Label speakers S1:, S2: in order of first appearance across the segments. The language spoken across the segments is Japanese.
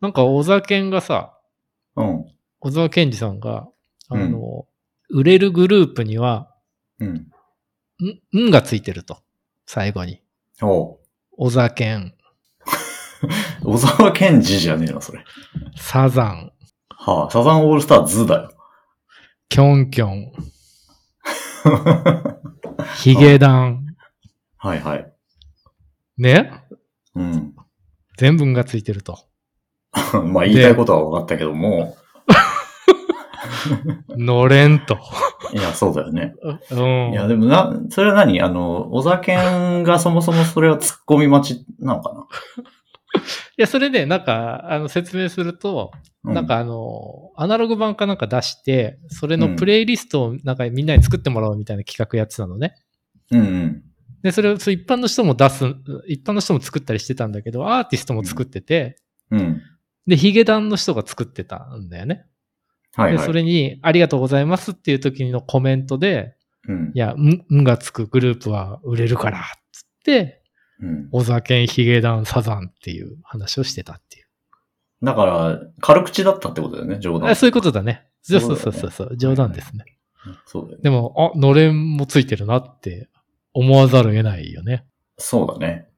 S1: なんか小沢健がさ、
S2: うん。
S1: 小沢健二さんが、あの、売れるグループには、
S2: うん。
S1: ん、んがついてると。最後に。
S2: おう
S1: 小沢健、
S2: 小沢健二じゃねえな、それ。
S1: サザン、
S2: はあ、サザンオールスターズだよ。
S1: キョンキョン、ヒゲダン。
S2: はいはい。
S1: ね
S2: うん。
S1: 全部んがついてると。
S2: まあ言いたいことは分かったけども、
S1: のれんと。
S2: いや、そうだよね。
S1: うん。
S2: いや、でもな、それは何あの、小沢健がそもそもそれは突っ込み待ちなのか
S1: いや、それで、なんか、あの、説明すると、
S2: な、う
S1: なんかあの、アナログ版かなんか出して、それのプレイリストをなんかみんなに作ってもらおうみたいな企画やってたのね。
S2: うんうん。
S1: で、それをそう一般の人も出す、一般の人も作ったりしてたんだけど、アーティストも作ってて、
S2: うん。
S1: で、ヒゲダンの人が作ってたんだよね。
S2: はい
S1: で、
S2: はい。
S1: それに、ありがとうございますっていう時のコメントで、
S2: うん
S1: い。や、ん、んがつくグループは売れるから、つって、
S2: うん。
S1: 小沢健ヒゲダンサザンっていう話をしてたっていう。
S2: だから、軽口だったってことだよね、冗談。
S1: あ
S2: そ
S1: そういうことだね。そうそう
S2: そ
S1: う
S2: だ
S1: そ
S2: よ
S1: う
S2: ね
S1: そうそう、冗談ですね。
S2: うだよね。
S1: でも、あ、のれんもついてるなって思わざるを得ないよね。
S2: そう だね。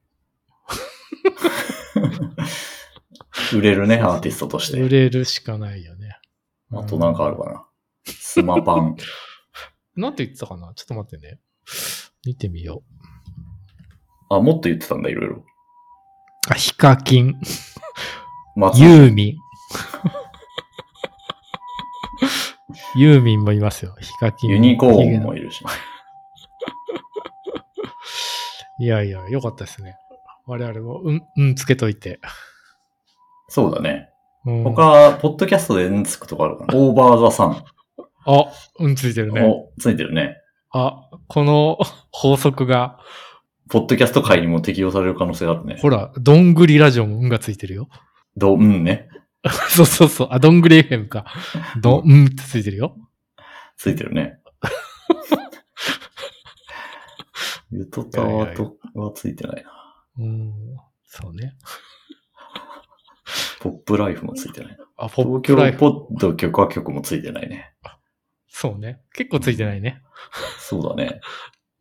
S2: 売れるね、アーティストとし
S1: 売
S2: て。
S1: れるしかないよね。
S2: あとなんかあるかな。スマ パン。
S1: なんて言ってたかなちょっと待ってね。見てみよう。
S2: あ、もっと言ってたんだ、いろいろ。
S1: あ、ヒカキン、
S2: 松
S1: ユーミン。ユーミンもいますよ。ヒカキン。
S2: ユニコーンもいるし。
S1: いやいや、よかったですね。我々も、うん、うん、つけといて。
S2: そうだね。
S1: うん、
S2: 他、ポッドキャストでうんつくとかあるかな。オーバーザサ
S1: あ、うんついてる
S2: ン。
S1: ね。
S2: お、ついてるね。
S1: あ、この 法則が、
S2: ポッドキャスト界にも適用される可能性があるね。
S1: ほら、どんぐりラジオもうんがついてるよ。
S2: ど、うんね。
S1: そうそうそう。あ、どんぐり FM か。ど、うんってついてるよ。
S2: ついて るね。ゆとたわとはついてないな。
S1: うん。そうね。
S2: ポップライフもついてないな。
S1: あ、ポップ
S2: 東京
S1: ライフ。
S2: ポッド許可局もついてないね。
S1: そうね。結構ついてないね。
S2: そうだね。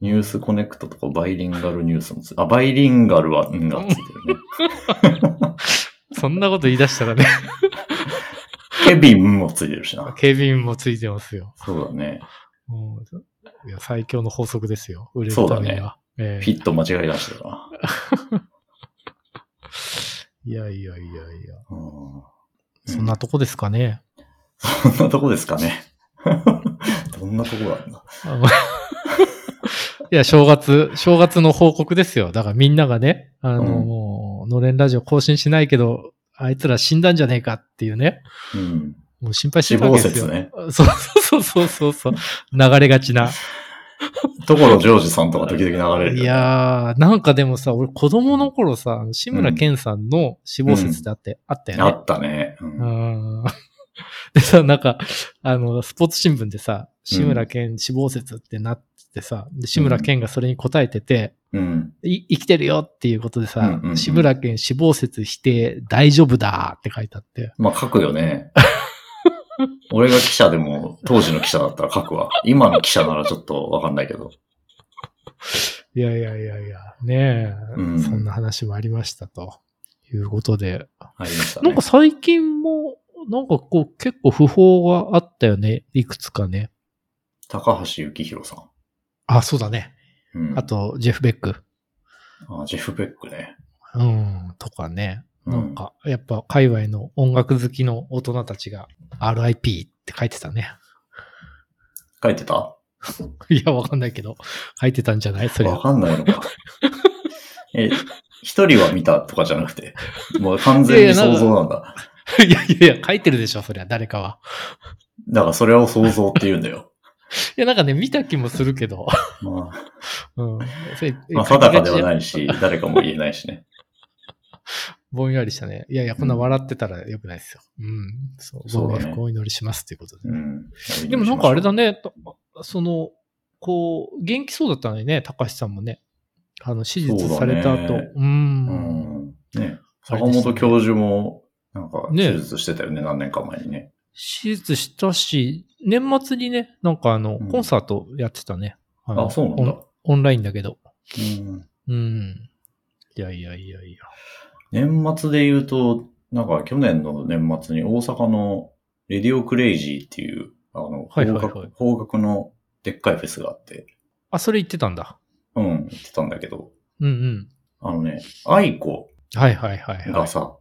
S2: ニュースコネクトとかバイリンガルニュースもついてあ、バイリンガルは、うんがついてるね。
S1: そんなこと言い出したらね、
S2: ケビンもついてるしな。
S1: 警備員もついてますよ。
S2: そうだね。
S1: うん。いや、最強の法則ですよ。売れるためには。え
S2: フ
S1: え
S2: ィット間違いなしだな。
S1: いやいやいやいや。
S2: うん
S1: そんなとこですかね。
S2: そんなとこですかね。どんなとこなんだ。
S1: あの いや、正月、正月の報告ですよ。だからみんながね、あの、
S2: うん
S1: もうのれんラジオ更新しないけど、あいつら死んだんじゃねえかっていうね。
S2: うん。
S1: もう心配して
S2: 死
S1: たわ
S2: 亡
S1: けですよ
S2: 説。ね。
S1: そうそうそうそうそう。流れがちな。
S2: ところジョージさんとか時々流れるよね。
S1: いやー、なんかでもさ、俺子供の頃さ、志村けんさんの死亡説ってあって、あった
S2: あ
S1: よね。
S2: ったね。うん
S1: うん。 でさ、なんか、あの、スポーツ新聞でさ、志村けん死亡説ってなってさ、で志村けんがそれに答えてて、
S2: うん。
S1: い生きてるよっていうことでさ、
S2: うんうんうん
S1: 志村けん死亡説否定大丈夫だって書いてあって。
S2: まあ書くよね。俺が記者でも、当時の記者だったら書くわ。今の記者ならちょっとわかんないけど。
S1: いやいやいやいや、ねえ、
S2: うん
S1: そんな話もありましたということで、
S2: ありました
S1: なん
S2: ね
S1: か。最近も、なんかこう結構不法があったよね。いくつかね。
S2: 高橋幸宏さ
S1: あ、そうだね。
S2: ん。うん、
S1: あと、ジェフ・ベック。
S2: あジェフ・ベックね。
S1: うん、とかね。
S2: うん
S1: なんか、やっぱ界隈の音楽好きの大人たちが RIP って書いてたね。
S2: 書いてた
S1: いや、わかんないけど。書いてたんじゃないそれ
S2: わかんない のか。え、一人は見たとかじゃな くて、もう完全に想像なんだ。
S1: いやいやいや、書いてるでしょ、そりゃ、誰かは。
S2: だからそれを想像って言うんだ よ。
S1: いや、なんかね、見た気もするけど。
S2: まあ、
S1: うん。それ。
S2: まあ、定かではいないし、誰かも言えないしね。
S1: ぼんやりしたね。いやいや、こんな笑ってたらよくないですよ。うん。そう、
S2: そう
S1: ご
S2: だね
S1: 冥福をお祈りしますということで
S2: う。ん。
S1: でもなんかあれだ
S2: ね。
S1: ね、とその、こう、元気そうだったのにね、高橋さんもね。あの、手術された後。
S2: そううだね
S1: ん。
S2: うん。ね。
S1: あれ
S2: 坂
S1: でしたね
S2: 本教授も、なんか、
S1: ね
S2: 手術してたよね、何年か前にね。
S1: 手術したし、年末にね、なんかあの、
S2: うん
S1: コンサートやってたね。あの
S2: あ、そうなん
S1: オ
S2: だ
S1: ン。オンラインだけど。
S2: うん。
S1: うん。いやいやいやいや。
S2: 年末で言うと、なんか去年の年末に大阪のレディオクレイジーっていう、あの、
S1: はい
S2: 邦
S1: はいはい
S2: 楽、邦楽のでっかいフェスがあって、
S1: あ、それ言ってたんだ。
S2: うん、言ってたんだけど、
S1: うん
S2: あのね、愛子
S1: うん。はいはいはい、は
S2: が
S1: い。
S2: さ、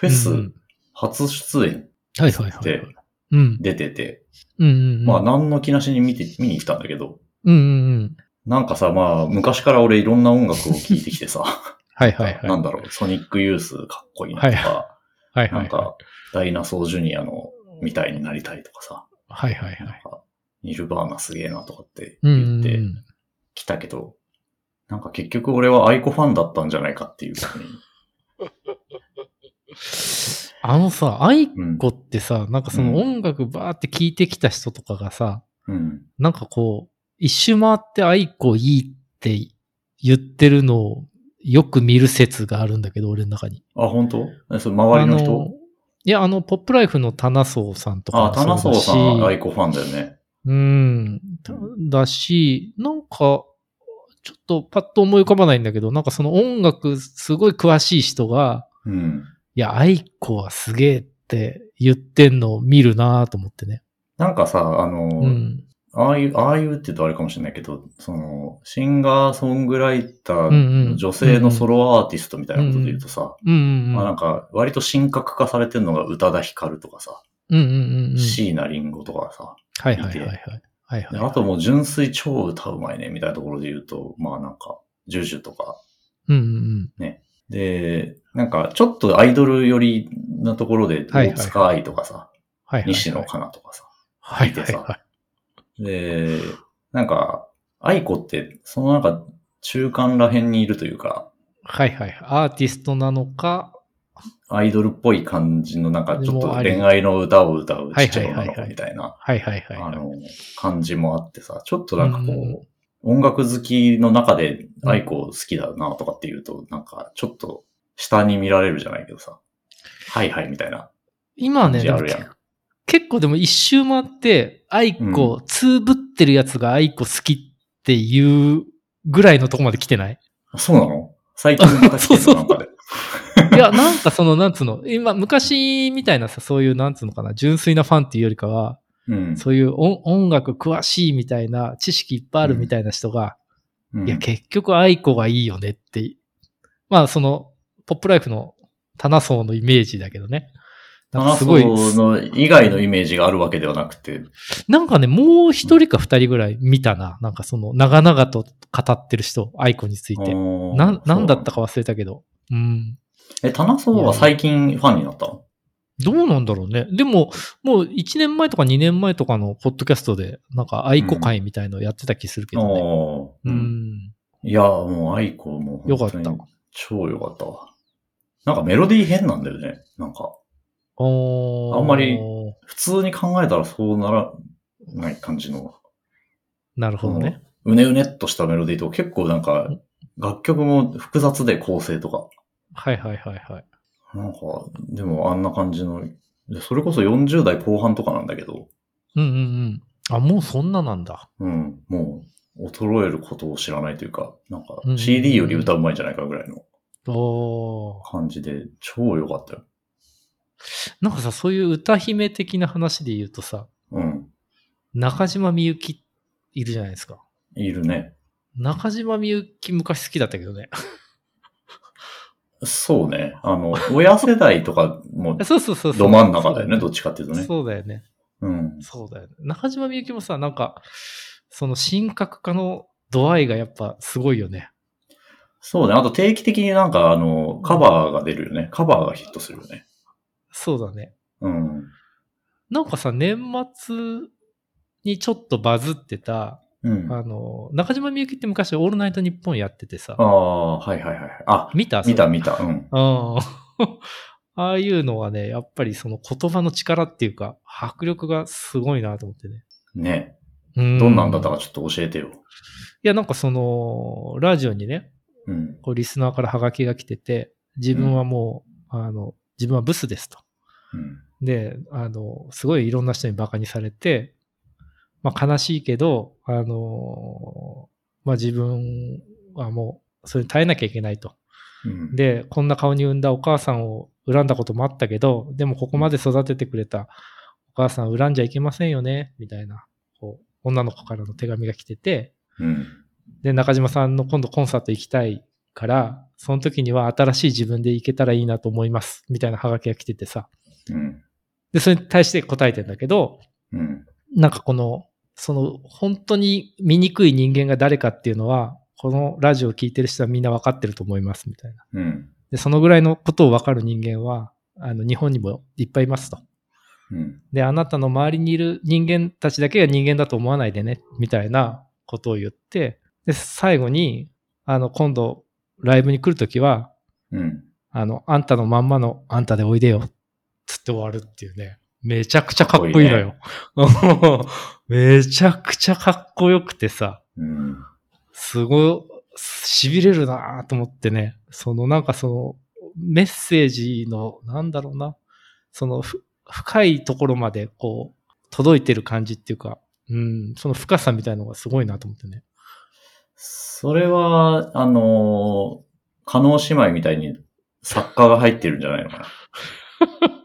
S2: フェス
S1: うんうん
S2: 初出演
S1: はいはいはいはい。うん。
S2: 出てて、
S1: うんうんうん。
S2: まあ何の気なしに見て、見に行ったんだけど、
S1: うんうんうん。
S2: なんかさ、まあ昔から俺いろんな音楽を聴いてきて さ、
S1: はいはいはい。
S2: なんだろう、ソニックユースかっこいいなとか、
S1: はいは
S2: ないんか、ダイナソージュニアのみたいになりたいとかさ、
S1: はい。はいはいは
S2: なん
S1: い。
S2: か、ニルバーナすげえなとかって
S1: うんう
S2: 言っ
S1: んう
S2: て
S1: ん。
S2: きたけど、なんか結局俺はアイコファンだったんじゃないかっていうふう に。
S1: あのさ、アイ
S2: うん。
S1: コってさ、なんかその
S2: うん
S1: 音楽バーって聴いてきた人とかがさ、
S2: うん、
S1: なんかこう、一周回ってアイコいいって言ってるのをよく見る説があるんだけど、俺の中に。
S2: あ、本当？えそれ周りの
S1: あ
S2: 人
S1: いや、あの、ポップライフのタナソーさんとか
S2: あ
S1: も
S2: タナソ
S1: そう
S2: ー
S1: だし
S2: さんアイコファンだよね。
S1: うん。ただし、なんか、ちょっとパッと思い浮かばないんだけど、なんかその音楽すごい詳しい人が、
S2: うん。
S1: いや、アイコはすげえって言ってんのを見るなぁと思ってね。
S2: なんかさ、あの、
S1: うん。
S2: ああいう、ああいうって言うとあれかもしれないけど、その、シンガーソングライター
S1: うんう
S2: の
S1: ん
S2: 女性のソロアーティストみたいなことで言うとさ、
S1: うんうんうん。
S2: まあなんか、割と神格化されてるのが宇多田ヒカルとかさ、
S1: うんうんうんうん。
S2: 椎名林檎とかさ、
S1: はいはいはいはい。はい
S2: で
S1: はい。
S2: あともう純粋超歌うまいね、みたいなところで言うと、まあなんか、ジュジュとか。
S1: うんうん
S2: で、なんか、ちょっとアイドル寄りなところで、
S1: はいはい
S2: 大塚愛とかさ、
S1: はい。
S2: 西野かなとかさ。
S1: はい
S2: 見
S1: は
S2: て
S1: い
S2: さ
S1: はい。
S2: で、なんか、愛子って、そのなんか、中間ら辺にいるというか、
S1: はいはい。アーティストなのか、
S2: アイドルっぽい感じの、なんか、ちょっと
S1: もうあり
S2: 恋愛の歌を歌うちっちゃい女
S1: はいはいはい
S2: の子
S1: はい
S2: みたいな、
S1: はいはいはい
S2: あ
S1: はい。
S2: の、感じもあってさ、ちょっとなんか
S1: うんうん
S2: こう、音楽好きの中で愛子好きだなとかっていうと、なんか、ちょっと下に見られるじゃないけどさ、はいはいみたいな
S1: 今
S2: 感
S1: ね、
S2: じ
S1: で
S2: あ
S1: も
S2: るやん。
S1: 結構でも一周回って、アイコ、つぶってるやつがアイコ好きっていうぐらいのとこまで来て ない
S2: あそうなの最近また来
S1: そ
S2: て
S1: うそう
S2: るなんかで。
S1: いや、なんかその、なんつうの、今、昔みたいなさ、そういう、なんつうのかな、純粋なファンっていうよりかは、
S2: うん。
S1: そういう音音楽詳しいみたいな、知識いっぱいあるみたいな人が、
S2: うん
S1: いや、結局アイコがいいよねって、まあ、その、ポップライフのタナソーのイメージだけどね。
S2: タ
S1: なんか
S2: ナ
S1: す
S2: ソ
S1: ごい、
S2: ーの以外のイメージがあるわけではなくて、
S1: なんかね、もう一人か二人ぐらい見たな。なんかその、長々と語ってる人、アイコについて。な、
S2: なん
S1: なんだったか忘れたけど。うん。
S2: え、タナソーは最近ファンになったの
S1: どうなんだろうね。でも、もう1年前とか2年前とかのポッドキャストで、なんか愛子会みたいのやってた気するけどね。
S2: ああ。
S1: う
S2: うん
S1: ん。
S2: いや、もうアイコも
S1: よか
S2: 本
S1: った
S2: 当に。超良かったわ。なんかメロディー変なんだよね。なんか、
S1: おー
S2: あんまり普通に考えたらそうならない感じの、
S1: なるほどね。
S2: うねうねっとしたメロディーと結構なんか
S1: うん、
S2: 楽曲も複雑で構成とか。
S1: はいはいはいはい。
S2: なんか、でもあんな感じの、でそれこそ40代後半とかなんだけど、
S1: うんうんうん。あ、もうそんななんだ。
S2: うん、もう、衰えることを知らないというか、なんか
S1: うん
S2: CD より歌うまいんじゃないかぐらいの
S1: おー
S2: 感じで、超良かったよ。
S1: なんかさ、そういう歌姫的な話で言うとさ、
S2: うん、
S1: 中島みゆきいるじゃないですか。
S2: いるね。
S1: 中島みゆき昔好きだったけどね。
S2: そうね。あの、親世代とかも
S1: そうそうそうそう。
S2: ど真ん中だよね、どっちかっていうとね。
S1: そうだよね。
S2: うん。
S1: そうだよね。中島みゆきもさ、なんか、その神格化の度合いがやっぱすごいよね。
S2: そうね。あと定期的になんか、あの、カバーが出るよね。カバーがヒットするよね。
S1: そうだね。
S2: うん。
S1: なんかさ、年末にちょっとバズってた、
S2: うん。
S1: あ
S2: あ
S1: の、中島みゆきって昔オールナイトニッポンやっててさ、
S2: あー、はいはいはいはい。あ、
S1: 見た
S2: 見た
S1: 見
S2: 見た。うん。
S1: た。うん。 ああいうのはね、やっぱりその言葉の力っていうか、迫力がすごいなと思ってね。
S2: ね。
S1: うん
S2: どんなんだったかちょっと教えてよ。
S1: いや、なんかその、ラジオにね、
S2: うん。
S1: こうリスナーからハガキが来てて、自分はもう、あの、自分はブスですと。
S2: うん。
S1: で、あの、すごいいろんな人にバカにされて、まあ悲しいけど、あの、まあ自分はもう、それに耐えなきゃいけないと。
S2: うん、
S1: で、こんな顔に産んだお母さんを恨んだこともあったけど、でもここまで育ててくれたお母さんを恨んじゃいけませんよね、みたいな、こう、女の子からの手紙が来てて、
S2: うん。
S1: で、中島さんの今度コンサート行きたいから、その時には新しい自分で行けたらいいなと思います、みたいなハガキが来ててさ。
S2: うん。
S1: で、それに対して答えてんだけど、
S2: うん。
S1: なんかこの、その、本当に醜い人間が誰かっていうのは、このラジオを聞いてる人はみんなわかってると思います、みたいな。
S2: うん。
S1: で、そのぐらいのことを分かる人間は、あの、日本にもいっぱいいますと。
S2: うん。
S1: で、あなたの周りにいる人間たちだけが人間だと思わないでね、みたいなことを言って、で、最後に、あの、今度、ライブに来るときは、
S2: うん。
S1: あの、あんたのまんまの、あんたでおいでよ、つって終わるっていうね。めちゃくちゃかっこいいのよ。 めちゃくちゃかっこよくてさ。
S2: うん。
S1: すごい、痺れるなぁと思ってね、そのなんかそのメッセージの、なんだろうな、そのふ深いところまでこう、届いてる感じっていうか、うん、その深さみたいのがすごいなと思ってね。
S2: それは、あのー、加納姉妹みたいに作家が入ってるんじゃないのかな。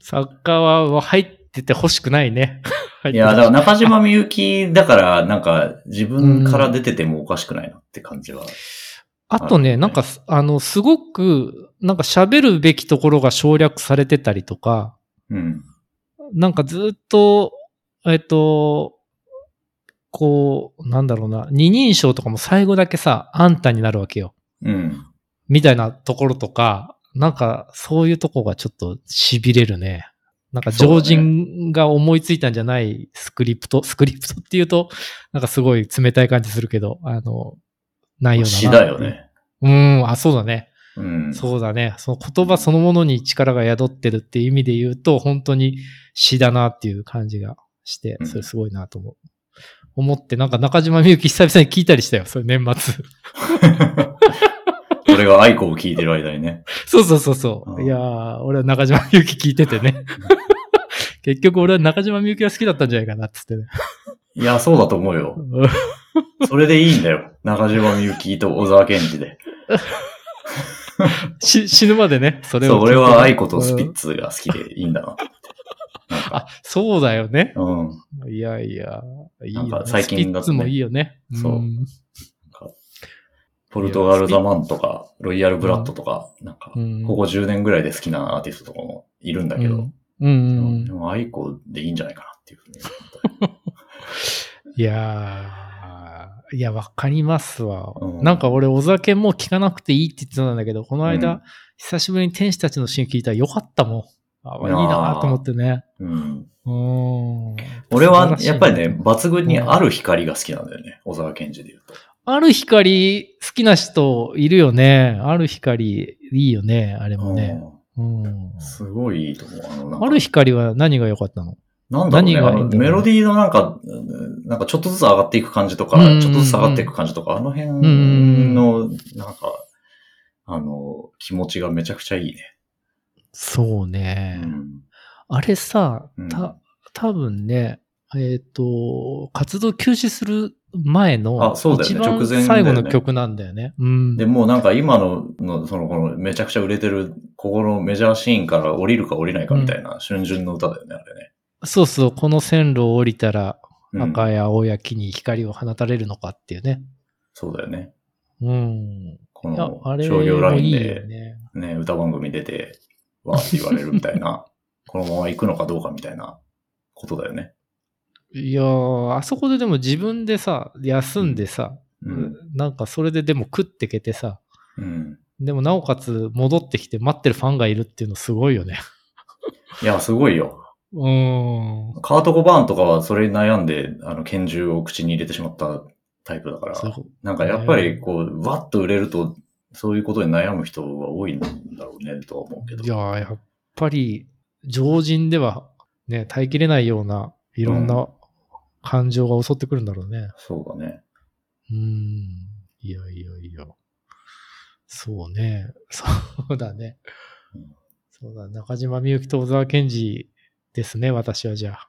S1: サッカーは入ってて欲しくないね。 入っ
S2: い
S1: て
S2: や、だから中島みゆきだから、なんか自分から出ててもおかしくないなって感じは。
S1: あと
S2: あ
S1: ね、
S2: るね
S1: なんかす、あの、すごく、なんか喋るべきところが省略されてたりとか、
S2: うん。
S1: なんかずっと、えっと、こう、なんだろうな、二人称とかも最後だけさ、あんたになるわけよ。
S2: うん。
S1: みたいなところとか、なんかそういうとこがちょっと痺れるね。なんか常人が思いついたんじゃないスクリプト、スクリプトっていうと、なんかすごい冷たい感じするけど、あの、内容
S2: 詩
S1: だな。
S2: だよ。ね。
S1: うん、あ、そうだね。
S2: うん。
S1: そうだね。その言葉そのものに力が宿ってるっていう意味で言うと、本当に詩だなっていう感じがして
S2: う、ん
S1: それすごいなと思う。思って、なんか中島みゆき久々に聞いたりしたよ、それ年末。
S2: 俺が愛子を聞いてる間にね。
S1: そうそうそうそう。
S2: うん
S1: いやー、俺は中島みゆき聞いてて ね。結局俺は中島みゆきが好きだったんじゃないかなっつってね。
S2: いや、そうだと思うよ。それでいいんだよ。中島みゆきと小沢健二で。
S1: し死ぬまでね、それを
S2: そう、
S1: 聞いて
S2: 俺
S1: ね。
S2: は愛子とスピ
S1: う
S2: ッ
S1: ん
S2: ツが好きでいいんだな。
S1: あ、そうだよね。
S2: うん。
S1: いやいや、いいよ、
S2: なん
S1: ね。
S2: か最近だとね
S1: スピッツもいいよね。
S2: そうんポルトガルザマンとか、ロイヤルブラッドとか、なんか、
S1: うん
S2: ここ10年ぐらいで好きなアーティストとかもいるんだけど、
S1: うんうんうんうん
S2: で。も愛子でいいんじゃないかなっていうふうに思
S1: いやー、いや、わかりますわ。
S2: うん
S1: なんか俺、お酒もう聞かなくていいって言ってたんだけど、この間、
S2: うん
S1: 久しぶりに天使たちのシーン聞いたらよかったもん。あいい
S2: いやー
S1: なーと思ってね。
S2: った。うん。
S1: うーん。
S2: 俺は、
S1: 素晴らしい
S2: やっぱりね、、抜群にある光が好きなんだよね。小沢健二で言うと。
S1: ある光、好きな人いるよね。ある光、いいよね、あれもね。うん
S2: う。んすごいいいと思う。あの、なんか
S1: ある光は何が良かったの
S2: なんだろうね、
S1: 何が
S2: あ
S1: いいんだろう
S2: のメロディーのなんか、うんなんかちょっとずつ上がっていく感じとか、
S1: うんうんうん
S2: ちょっとずつ下がっていく感じとか、あの辺
S1: ん
S2: の、なんか、あの、気持ちがめちゃくちゃいいね。
S1: そう
S2: う
S1: ね。
S2: ん。
S1: あれさ
S2: うん、
S1: た、多分ね、えっ、と、活動休止する前の、
S2: あそうだよね
S1: 一番
S2: 直前だよね
S1: 最後の曲なんだよね。うん。
S2: で、もうなんか今の、のその、このめちゃくちゃ売れてる、ここのメジャーシーンから降りるか降りないかみたいな、春巡の歌だよね、あれね。
S1: そうそう、この線路を降りたら、
S2: うん
S1: 赤や青や木に光を放たれるのかっていうね。
S2: そうだよね。
S1: うん。
S2: こ
S1: いや、
S2: の
S1: あれ
S2: 商業ラ
S1: も
S2: イ
S1: い
S2: ン
S1: い
S2: で
S1: よね。
S2: ね、歌番組出て、わーって言われるみた いな、このまま行くのかどうかみたいなことだよね。
S1: いやー、あそこででも自分でさ、休んでさ、
S2: うん。
S1: なんかそれででも食ってけてさ、
S2: うん。
S1: でもなおかつ戻ってきて待ってるファンがいるっていうのすごいよね。
S2: いや、すごいよ。
S1: うん。
S2: カート・コバーンとかはそれに悩んで、あの、拳銃を口に入れてしまったタイプだから、
S1: すごい
S2: なんかやっぱりこう、わっと売れると、そういうことに悩む人が多いんだろうね、とは思うけど。
S1: いやー、やっぱり、常人ではね、耐えきれないような、いろん
S2: う
S1: な感情が襲ってくるんだろうね。
S2: そうだね。
S1: うーん。い やいやいや。そうね。そうだね
S2: うん。
S1: そうだ、中島みゆきと小沢健二ですね、私はじゃあ。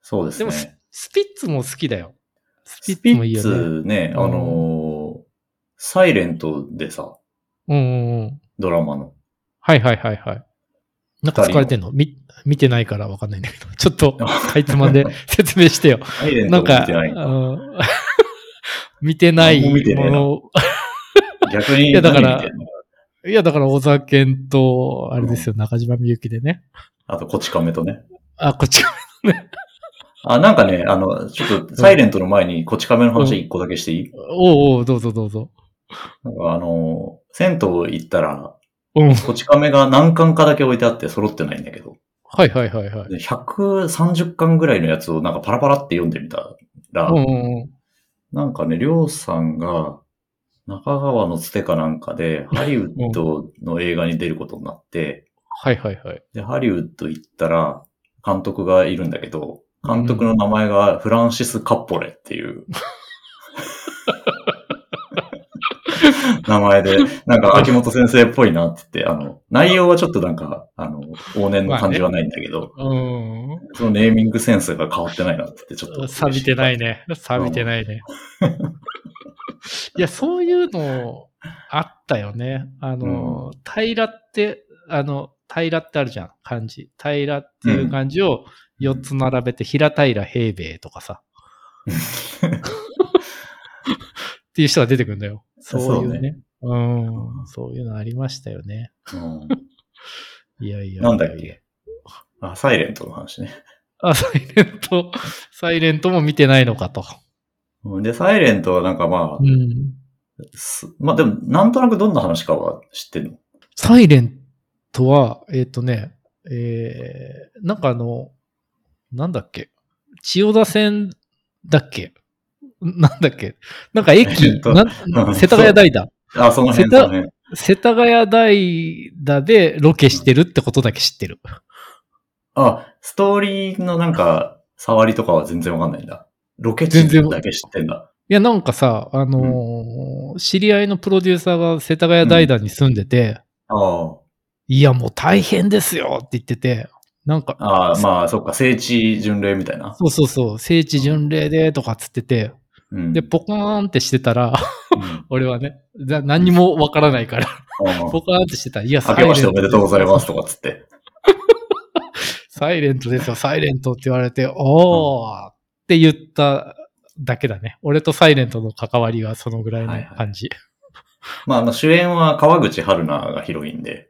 S2: そうです
S1: でも
S2: ね。
S1: スピッツも好きだよ。スピ
S2: ス
S1: ッツ
S2: ピ
S1: もいい
S2: ッ
S1: よね。
S2: ツね、あのーサイレントでさ、
S1: うんうんうん。
S2: ドラマの。
S1: はいはいはいはい。なんか疲れてんのみ見てないからわかんないんだけど、ちょっ とかいつまんで説明してよ。
S2: サイレン
S1: な
S2: トを
S1: ん
S2: 見
S1: か、
S2: てない。
S1: うん 見てない
S2: 何も見てねえ
S1: も
S2: な
S1: のを
S2: 逆に
S1: いやだから
S2: 何見てんの
S1: いや、だから小沢健と、あれですよ、中島みゆきでね。
S2: あと、こち亀とね。
S1: あ、こっち が。
S2: あ、なんかね、あの、ちょっと、サイレントの前に、こち亀の話一個だけしていい、
S1: おうおう、どうぞどうぞ。
S2: なんかあのー、銭湯行ったら、
S1: うん。
S2: こち亀が何巻かだけ置いてあって揃ってないんだけど、
S1: はいはいはいはい。
S2: で130巻ぐらいのやつをなんかパラパラって読んでみたら、
S1: うんうんうん。
S2: なんかね、りょうさんが、中川のつてかなんかで、ハリウッドの映画に出ることになって、
S1: はいはいはい。
S2: で、ハリウッド行ったら、監督がいるんだけど、監督の名前がフランシス・カッポレっていう、名前で、なんか秋元先生っぽいなって言って、あの、内容はちょっとなんか、あの、往年の感じはないんだけど、
S1: う
S2: そのネーミングセンスが変わってないなって言って、ちょっと。。
S1: ん。 錆びてないいね。錆びてない ね。いや、そういうのあったよね。あの、平らって、あの、平らってあるじゃん、漢字。平らっていう漢字を4つ並べて、平平平米とかさ。っていう人が出てくるんだよ。そういうね。うん。そういうのありましたよね。
S2: うん
S1: いやいや。
S2: なんだっけあ、サイレントの話ね。
S1: あ、サイレント、サイレントも見てないのかと。
S2: うんで、サイレントはなんかまあ、
S1: うん。
S2: すまあでも、なんとなくどんな話かは知ってるの。
S1: サイレントは、えっ、とね、えー、なんかあの、なんだっけ千代田線だっけなんだっけなんか駅、
S2: えっと
S1: な
S2: うん
S1: ん世田谷代田。
S2: あ、その
S1: 瀬
S2: 辺、そ
S1: 田
S2: の辺。
S1: 世田谷代田でロケしてるってことだけ知ってる。
S2: あ、ストーリーのなんか、触りとかは全然わかんないんだ。ロケ地
S1: 全然
S2: だけ知ってんだ。
S1: いや、なんかさ、あのー知り合いのプロデューサーが世田谷代田に住んでて、
S2: あ
S1: いや、もう大変ですよって言ってて、なんか
S2: あ、、ああ、まあ、そっか、聖地巡礼みたいな。
S1: そうそうそう、聖地巡礼でとかっつってて、
S2: うん。
S1: で、ポカーンってしてたら、
S2: うんあ
S1: 俺はね、だ何にもわからないから、
S2: あ
S1: ポカーンってしてたら、いや、
S2: 明けましておめでとうございますとかっつって。
S1: サイレントですよ、サイレントって言われて、おーって言っただけだね。俺とサイレントの関わりはそのぐらいの感じ。
S2: まあ、あの、主演は川口春奈がヒロインで、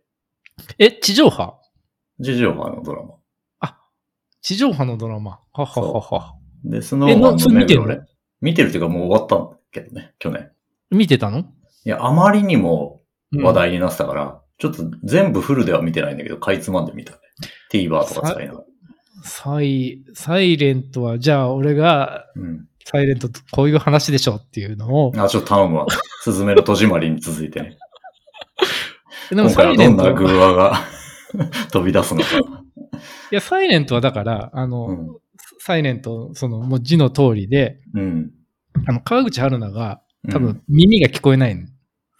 S1: え、地上波
S2: ジ上波のドラマ。
S1: 地上波のドラマ。はははは。
S2: で、スノ
S1: え
S2: ーマ
S1: な
S2: ン
S1: それ
S2: の
S1: 見てるの
S2: 目黒見てるっていうかもう終わったんだけどね、去年。
S1: 見てたの
S2: いや、あまりにも
S1: うん
S2: 話題になってたから、ちょっと全部フルでは見てないんだけど、かいつまんで見たね。TVer とか使いながら。
S1: サイ、サイレントは、じゃあ俺が、
S2: うん。
S1: サイレントとこういう話でしょっていうのを、
S2: あ、ちょっと頼むわ。すずめの戸締まりに続いてね。
S1: でも
S2: 今
S1: サ
S2: 回
S1: イ
S2: は
S1: レ
S2: ど
S1: ン
S2: ん
S1: ト
S2: な
S1: は、
S2: 偶
S1: い
S2: 話が 飛び出すのか。
S1: や、サイレントはだから、あの、
S2: うん。
S1: サイレント、その、もう字の通りで、
S2: うん。
S1: あの、川口春奈が、
S2: うん
S1: 多。分耳が聞こえないん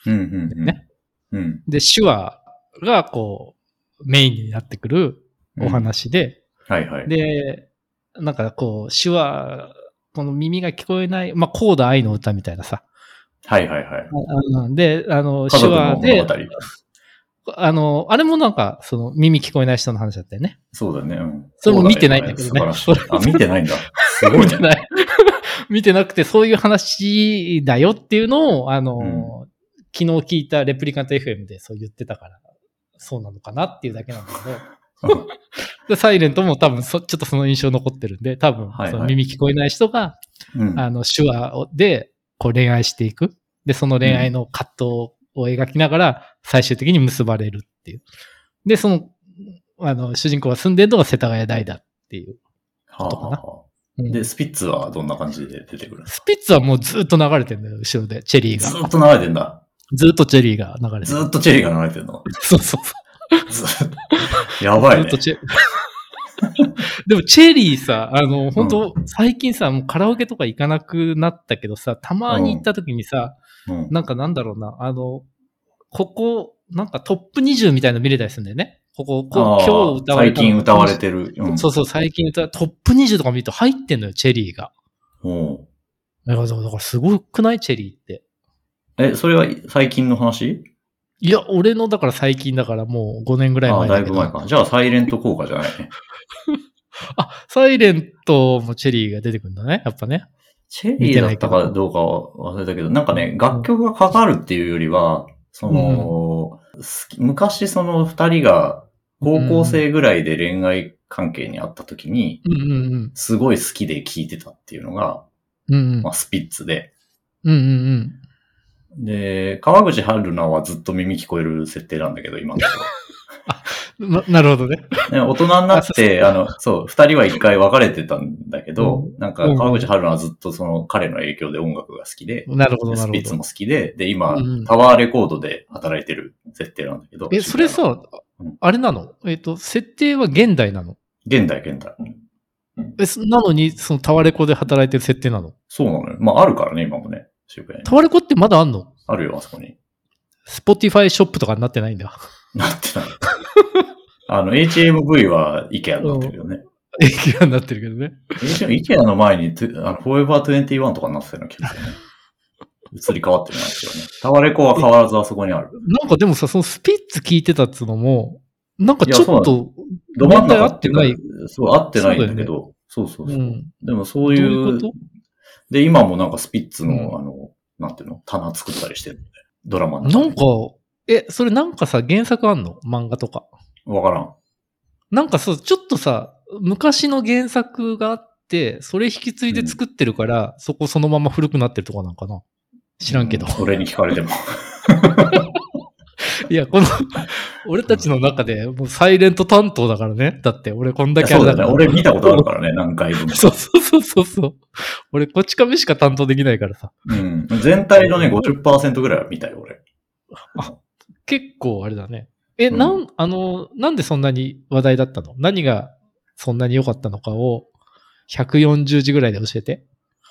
S2: うんうんうん。
S1: ね
S2: うん。
S1: で、手話がこう、メインになってくるお話で、
S2: はいはい。
S1: で、なんかこう、手話、この耳が聞こえない、まあ、コーダ愛の歌みたいなさ。
S2: はいはいはい。
S1: うんで、あの、
S2: 家
S1: 手
S2: 族
S1: 話
S2: の物
S1: で
S2: 語、。
S1: あの、あれもなんか、その、耳聞こえない人の話だったよね。
S2: そうだね。うん。
S1: それも見てないんだけどね
S2: 素晴らしい。あ、見てないんだ。すごい
S1: 見
S2: ね。
S1: てない。見てなくて、そういう話だよっていうのを、あの、昨日聞いたレプリカント FM でそう言ってたから、そうなのかなっていうだけなんだけど。
S2: うん
S1: で、サイレントも多分そ、ちょっとその印象残ってるんで、多分、
S2: はいはい
S1: その耳聞こえない人が、
S2: うん。
S1: あの、手話をで、こう恋愛していく。で、その恋愛の葛藤を描きながら、最終的に結ばれるっていう。で、その、あの、主人公が住んでるのが世田谷代だっていう。
S2: はあはあはあ
S1: うん
S2: で、スピッツはどんな感じで出てくる
S1: スピッツはもうずっと流れてるんだよ、後ろで、チェリー
S2: ず
S1: が。
S2: ーっと流れてんだ。
S1: ずっとチェリーが流れて
S2: ず
S1: る。
S2: ーっとチェリーが流れてるの。
S1: そうそうそ
S2: ずー っと。や
S1: う。
S2: ばい
S1: ず
S2: ね
S1: っと。チェ でも、チェリーさ、あの、本当、最近さ、もうカラオケとか行かなくなったけどさ、たまに行った時にさ、
S2: うん
S1: なんかなんだろうな、あの、ここ、なんかトップ20みたいなの見れたりするんだよね。ここ、
S2: あ
S1: こ
S2: あ
S1: 今日歌われ
S2: 最
S1: た。
S2: 近歌われてる。うん。
S1: そうそう、最近歌、トップ20とか見ると入ってんのよ、チェリーが。
S2: ほ
S1: いや、だからだからすごくないチェリーって。
S2: うえ、それは最近の話
S1: いや、俺の、だから最近だからもう5年ぐらい
S2: ああ、
S1: 前
S2: だ
S1: だ
S2: い
S1: け
S2: ぶ
S1: ど。
S2: 前か。じゃあ、サイレント効果じゃないね。
S1: あ、サイレントもチェリーが出てくるんだね、やっぱね。
S2: チェリーだったかどうかは忘れたけど、なんかね、楽曲がかかるっていうよりは、その、好き昔その二人が高校生ぐらいで恋愛関係にあった時に、
S1: うんうんうん。
S2: すごい好きで聴いてたっていうのが、
S1: うんうん
S2: まあ、スピッツで。
S1: うんうん
S2: で、川口春奈はずっと耳聞こえる設定なんだけど、今のとこ
S1: うん。 ななるほどね。
S2: ろね大人になって、あの、そう、二人は一回別れてたんだけど、なんか川口春奈はずっとその彼の影響で音楽が好きで、
S1: なるほど、
S2: で
S1: な
S2: ス
S1: る
S2: ピッツ
S1: ほど。
S2: も好きで、で、今、
S1: うん
S2: タワーレコードで働いてる設定なんだけど。
S1: え、それ
S2: 渋
S1: さ
S2: うん、
S1: あれなのえっ、と、設定は現代なの
S2: 谷の現代、現代。
S1: え、そなのに、そのタワレコで働いてる設定なの
S2: そうなのよ。まあ、あるからね、今もね。渋谷に
S1: タ。ワレコってまだあんの
S2: あるよ、あそこに。
S1: スポティファイショップとかになってないんだ。
S2: なってない。あの、HMV は IKEA になってるよね。
S1: 営業になってるけどね。
S2: IKEA の前に、トゥあのフォーエバー21とかになってたような気がするね。移り変わってるんですよね。タワレコは変わらずあそこにある。
S1: なんかでもさ、そのスピッツ聞いてたっつうのも、なんかちょっと、
S2: ど真ん中
S1: 合ってない
S2: てうかそう、合ってないんだけど。そうそう
S1: う
S2: そう。
S1: ん。
S2: でもそう
S1: どう
S2: い
S1: いううこと
S2: で、今もなんかスピッツの、
S1: うん
S2: あの、なんていうの、棚作ったりしてるんで、ドラマの中
S1: な
S2: で
S1: んか、え、それなんかさ、原作あんの漫画とか。
S2: わからん。
S1: なんかそう、ちょっとさ、昔の原作があって、それ引き継いで作ってるから、そこそのまま古くなってるとかなんかな知らんけど。
S2: う俺に聞かれても。
S1: いや、この、俺たちの中で、もうサイレント担当だからね。だって、俺 こんだけあ
S2: そ
S1: れ
S2: うだ
S1: だ
S2: よ
S1: か
S2: ね。
S1: ら。
S2: 俺見たことあるからね、何回分か。
S1: そうそうそうそうそう。俺、こっち亀しか担当できないからさ。
S2: うん。全体のね、50%ぐらいは見たよ、俺。
S1: 結構あれだね。え、
S2: うん
S1: なん、あの、なんでそんなに話題だったの何がそんなに良かったのかを、140字ぐらいで教えて。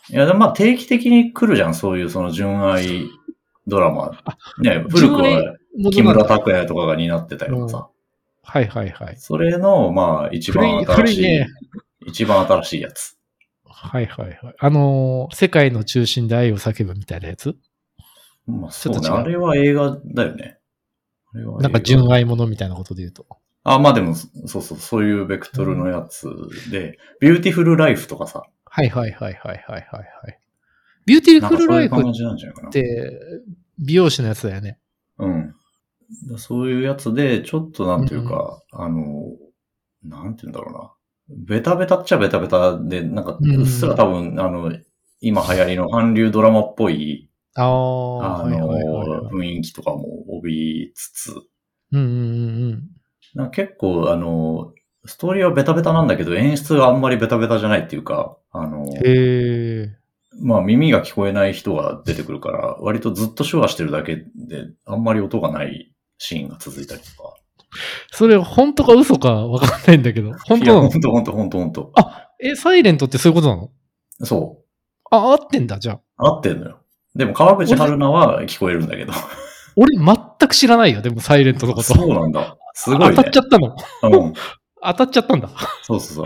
S2: いや、でもまあ定期的に来るじゃん、そういうその純愛ドラマ
S1: あ。
S2: ね、古く
S1: 純愛
S2: は木村拓哉とかが担ってたようなさ。
S1: はいはいはい。
S2: それの、まあ、一番新
S1: 古い
S2: しい、
S1: 古いね
S2: 一番新しいやつ。
S1: はいはいはい。あのー世界の中心で愛を叫ぶみたいなやつ
S2: まあ、そう
S1: ち
S2: ね。
S1: ょっと違う
S2: あれは映画だよね。あれは映画
S1: なんか純愛ものみたいなことで言うと。
S2: あ、まあでも、そそうそう、そういうベクトルのやつで、ビューティフルライフとかさ、
S1: はいはいはいはいはいはいはい。ビューティ
S2: なん
S1: フ
S2: か
S1: ル
S2: そう
S1: ラ
S2: い
S1: イ
S2: う
S1: フっ
S2: 感じなんじゃないかな。
S1: て、美容師のやつだよね。
S2: うん。だそういうやつで、ちょっとなんていうか、あの、なんて言うんだろうな。ベタベタっちゃベタベタで、なんか、
S1: うん
S2: うっすら多分、あの、今流行りの韓流ドラマっぽい、
S1: ああ、
S2: あ
S1: はいはいはい
S2: の、
S1: はい。
S2: 雰囲気とかも帯びつつ、
S1: うんうんうんうん。
S2: なんか結構、あの、ストーリーはベタベタなんだけど、演出があんまりベタベタじゃないっていうか、あの、
S1: へえ。
S2: まあ耳が聞こえない人が出てくるから、割とずっと手話してるだけで、あんまり音がないシーンが続いたりとか。
S1: それ本当か嘘かわかんないんだけど。本当なの
S2: 本当本当本当本当
S1: え、サイレントってそういうことなの
S2: そう。
S1: あ、合ってんだ、じゃあ。
S2: 合ってんのよ。でも川口春奈は聞こえるんだけど。
S1: 俺全く知らないよ、でもサイレントのこと。
S2: そうなんだ。すごいね。
S1: 当たっちゃったの。
S2: うん。
S1: 当たっちゃったんだ。
S2: そうそう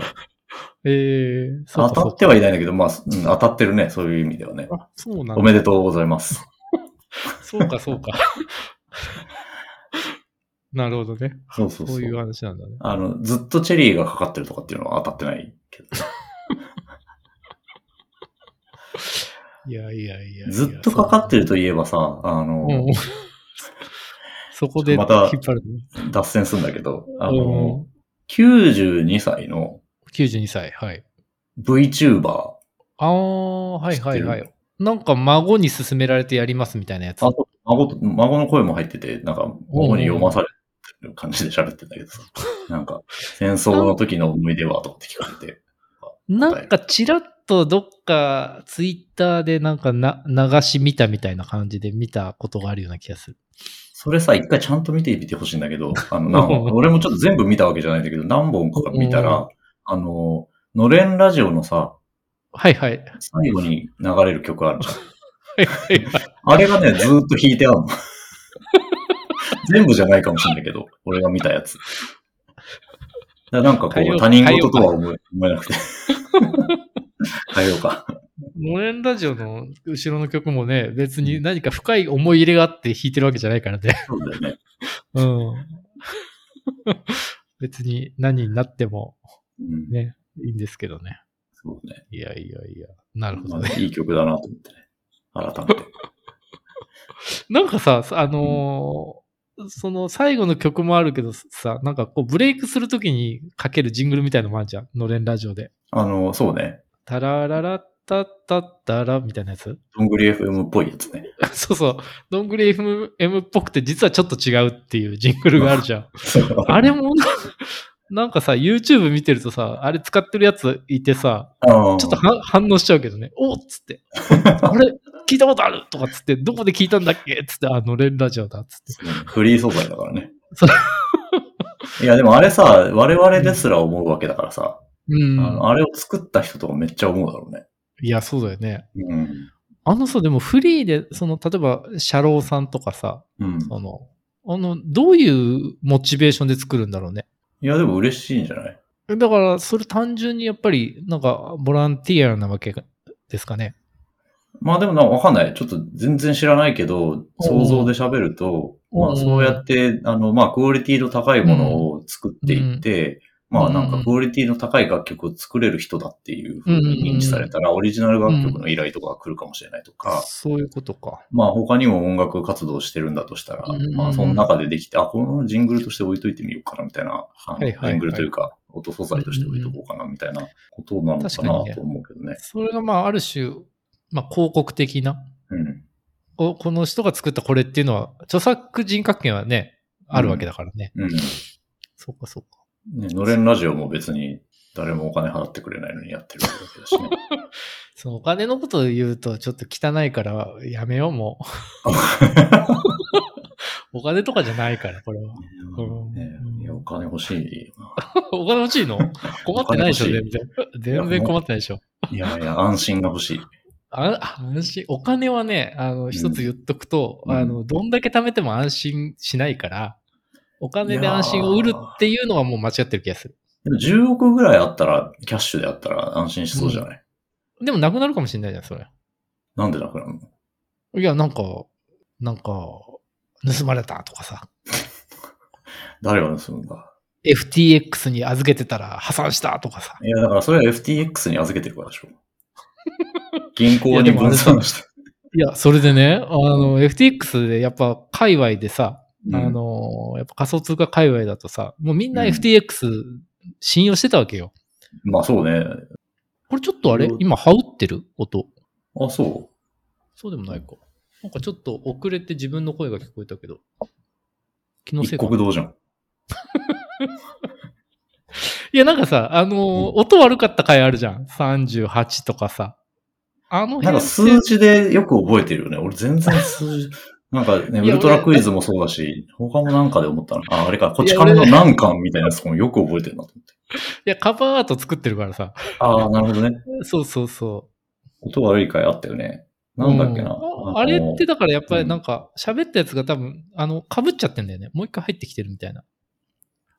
S2: そう。
S1: ええそうか
S2: 当た
S1: そう
S2: ってはいないんだけど、まあ、うん当たってるね。そういう意味ではね。
S1: か。あ、そうなん
S2: お
S1: だ。
S2: めでとうございます。
S1: そうか、そう か。なるほどね。
S2: そうそう
S1: そ
S2: そう
S1: いう
S2: う。
S1: 話なんだね。
S2: あの、ずっとチェリーがかかってるとかっていうのは当たってないけど。
S1: いやいやいやいや。
S2: ずっとかかってるといえばさ、あの、
S1: うん。そこで引っ
S2: また
S1: 張る
S2: 脱線するんだけど、あ
S1: の。う
S2: の、
S1: ん
S2: 92歳の
S1: 92歳、はい。
S2: VTuber。
S1: ああ、はいはいは
S2: 知って
S1: い。なんか孫に勧められてやりますみたいなやつ。
S2: あと、孫と、孫の声も入ってて、なんか、孫に読まされてる感じで喋ってんだ けどさ。なんか、戦争の時の思い出はとかって聞かれて。
S1: なんかちらっとどっかツイッターでなんかな流し見たみたいな感じで見たことがあるような気がする。
S2: それさ、一回ちゃんと見てみてほしいんだけど、あの、なんか俺もちょっと全部見たわけじゃないんだけど、何本か見た
S1: う
S2: ら、あの、のれんラジオのさ、
S1: はいはい。
S2: 最後に流れる曲あるじゃん。
S1: はいはいはい。
S2: あれがね、ずーっと弾いてあるの。全部じゃないかもしれないけど、俺が見たやつ。らなんかこ
S1: 変えよ
S2: う、
S1: う
S2: 他人事とは思え思えなくて。変えようか。
S1: モレンラジオの後ろの曲もね、別に何か深い思い入れがあって弾いてるわけじゃないからね。
S2: そうだよね。
S1: うん。 別に何になっても
S2: うん。
S1: ねいいんですけどね。
S2: そうね。
S1: いやいやいや。なるほど
S2: ま
S1: ね。
S2: あいい曲だなと思ってね。改めて。
S1: なんかさ、あのーその最後の曲もあるけどさ、なんかこうブレイクするときにかけるジングルみたいのもあるじゃん。のれんラジオで。
S2: あの、そうね。
S1: タラララッタッタッタラみたいなやつ
S2: どんぐり FM っぽいやつね。
S1: そうそう。どんぐり FM っぽくて実はちょっと違うっていうジングルがあるじゃん。あれも、なんかさ、YouTube 見てるとさ、あれ使ってるやついてさ、
S2: あー
S1: ちょっとは反応しちゃうけどね、おっつっ て、あれ聞いたことあるとかっつって、どこで聞いたんだっけっつって、あ、のれんラジオだっつって。
S2: フリー素材だからね
S1: そ。
S2: いや、でもあれさ、我々ですら思うわけだからさ、
S1: うん
S2: あ。のあれを作った人とかめっちゃ思うだろうね。
S1: いや、そうだよね。
S2: うん。
S1: あのさ、でもフリーで、その、例えば、社労さんとかさ、
S2: うん。
S1: その、あの、どういうモチベーションで作るんだろうね。
S2: いや、でも嬉しいんじゃない
S1: だから、それ単純にやっぱり、なんか、ボランティアなわけですかね。
S2: まあでもなんかわかんない。ちょっと全然知らないけど、想像で喋ると、
S1: うん
S2: まあそうやって、あの、まあクオリティの高いものを作っていって、
S1: うん
S2: まあなんかクオリティの高い楽曲を作れる人だっていうふうに認知されたら、オリジナル楽曲の依頼とかが来るかもしれないとか、
S1: そういうことか。
S2: まあ他にも音楽活動してるんだとしたら、
S1: うんうんうん
S2: まあその中でできて、あ、このジングルとして置いといてみようかなみたいな、あ
S1: は
S2: の
S1: いはいはい
S2: ジングルというか、音素材として置いとこうかなみたいなことなのか
S1: 確かにね
S2: なと思うけどね。
S1: それが、まあ、ある種、まあ、広告的な、
S2: うん。
S1: おこの人が作ったこれっていうのは、著作人格権はね、あるわけだからね。
S2: うん。
S1: そうか、そうか。
S2: ね、のれんラジオも別に誰もお金払ってくれないのにやってるわけだしね。
S1: そのお金のことを言うと、ちょっと汚いから、やめよう、も う。お金とかじゃないから、これは。うん
S2: ねいやお金欲しいよな。
S1: お金欲しいの困ってないでしょ、
S2: お金
S1: 全
S2: 欲
S1: 然。全然困ってないでしょ。
S2: いやいや、安心が欲しい。
S1: あ安心、お金はね、あの、一つ言っとくと、
S2: うん
S1: あの、どんだけ貯めても安心しないから、お金で安心を売るっていうのはもう間違ってる気がする。
S2: でも10億ぐらいあったら、キャッシュであったら安心しそうじゃない、
S1: でもなくなるかもしれないじゃん、それ。
S2: なんでなくなるの
S1: いや、なんか、なんか、盗まれたとかさ、
S2: 誰が盗むんだ
S1: FTX に預けてたら破産したとかさ。
S2: いや、だからそれは FTX に預けてるからで しょ。銀
S1: い
S2: 行
S1: や
S2: に
S1: でもあれ
S2: 分散して。
S1: いや、それでね、あの、FTX でやっぱ界隈でさ、
S2: うん
S1: あの、やっぱ仮想通貨界隈だとさ、もうみんな
S2: うん
S1: FTX 信用してたわけよ。
S2: まあそうね。
S1: これちょっとあれ
S2: うん
S1: 今、羽織ってる音。
S2: あ、そ
S1: そうでもないか。なんかちょっと遅れて自分の声が聞こえたけど。気
S2: う。
S1: のせ
S2: 一
S1: いかな。
S2: 国道じゃん。
S1: いや、なんかさ、あのー音悪かった回あるじゃん。38とかさ。あの
S2: な
S1: 辺
S2: んか
S1: って
S2: 数字でよく覚えてるよね。俺全然数字。 なんかね、
S1: い
S2: ウ
S1: や
S2: ルトラクイズもそうだし、他もなんかで思ったの。あ、あれか、こち
S1: い
S2: 亀
S1: や
S2: の
S1: 俺
S2: 何巻みたいなやつもよく覚えてるなと
S1: いや、カバーアート作ってるからさ。
S2: 思って。ああ、なるほどね。
S1: そうそうそ
S2: 音悪い回あったよね。
S1: う。
S2: なんだっけな。
S1: う
S2: あ
S1: ん
S2: の
S1: ああれって、だからやっぱりなんか、喋ったやつが多分、あの、被っちゃってんだよね。もう一回入ってきてるみたいな。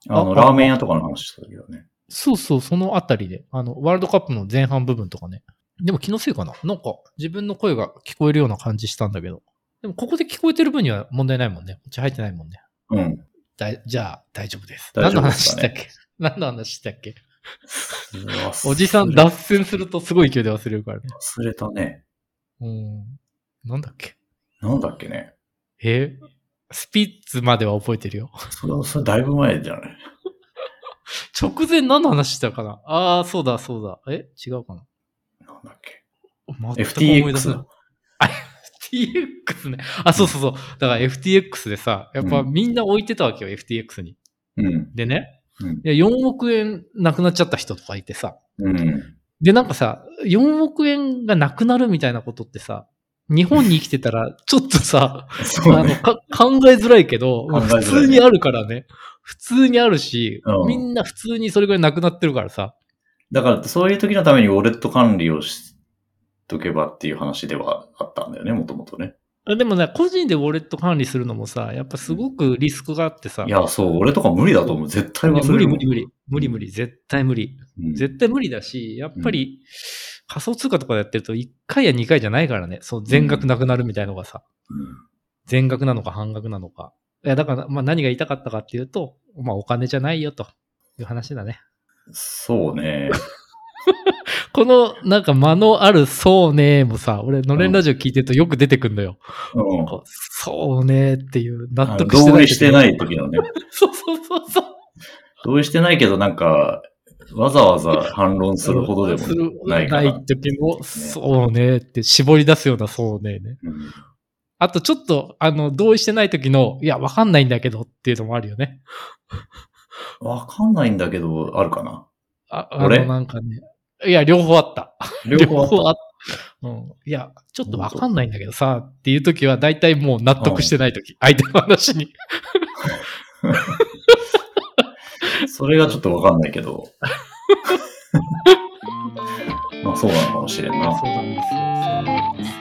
S2: あの、
S1: あ
S2: ラーメン屋とかの話したけどね。
S1: そうそう、そのあたりで。あの、ワールドカップの前半部分とかね。でも気のせいかななんか、自分の声が聞こえるような感じしたんだけど。でも、ここで聞こえてる分には問題ないもんね。こっち入ってないもんね。
S2: うん。
S1: だいじゃあ、大丈夫です。
S2: 大
S1: 何
S2: 丈
S1: の
S2: 夫
S1: 話
S2: です
S1: し
S2: か
S1: たっ
S2: ね
S1: け 何の話したっけ
S2: うわ
S1: おじさん脱線するとすごい勢いで忘れるからね。
S2: 忘れたね。
S1: うん。なんだっけ
S2: なんだっけね。
S1: えスピッツまでは覚えてるよ。
S2: それは、それだいぶ前じゃない。
S1: 直前何の話したかなああ、そうだ、そうだ。え違うかな
S2: なんだっけ。
S1: 全く思い出せない
S2: FTX
S1: あ FTX ね。あ、そうそうそう。だから FTX でさ、やっぱ
S2: うん
S1: みんな置いてたわけよ、FTX に。
S2: うん。
S1: でね、
S2: うん。
S1: いや4億円なくなっちゃった人とかいてさ。
S2: うん。
S1: で、なんかさ、4億円がなくなるみたいなことってさ、日本に生きてたら、ちょっとさ、
S2: そ
S1: あ
S2: う
S1: の
S2: ね。
S1: か考えづらいけど、
S2: 考えづらい
S1: 普通にあるからね。普通にあるし、
S2: うん
S1: みんな普通にそれぐらいなくなってるからさ。
S2: だから、そういう時のためにウォレット管理をしとけばっていう話ではあったんだよね、もともとね。
S1: あでもね、個人でウォレット管理するのもさ、やっぱすごくリスクがあってさ。
S2: いや、そう、俺とか無理だと思う。絶対忘れる
S1: 無理
S2: も
S1: 無
S2: ん
S1: 理無理。無理無理。絶対無理。
S2: うん
S1: 絶対無理だし、やっぱり仮想通貨とかやってると1回や2回じゃないからね。そう、全額なくなるみたいのがさ。全額なのか半額なのか。いや、だから、まあ何が言いたかったかっていうと、まあお金じゃないよという話だね。
S2: うんそうね。
S1: この、なんか間のあるそうねーもさ、俺、のれんラジオ聞いてるとよく出てくんのよ。
S2: うん。
S1: こうそうねーっていう、納
S2: あの
S1: 得してない。
S2: 同意してない。時のね。
S1: そうそうそうそう。
S2: 同意してないけど、なんか、わざわざ反論するほどでもないか
S1: な
S2: ら
S1: い。時も、そうねーって絞り出すようなそうねーね。
S2: うん
S1: あとちょっと、あの、同意してない時の、いや、わかんないんだけどっていうのもあるよね。
S2: わかんないんだけど、あるかな。
S1: あ、あ
S2: 俺
S1: の、なんかね。いや、両方あった。
S2: 両方あった。
S1: あった。うん。いや、ちょっとわかんないんだけどさ、っていう時は、大体もう納得してない時、相手の話に。
S2: それがちょっとわかんないけど。まあそうなのかもしれんな。
S1: そうなんですよ。そうなんですよ。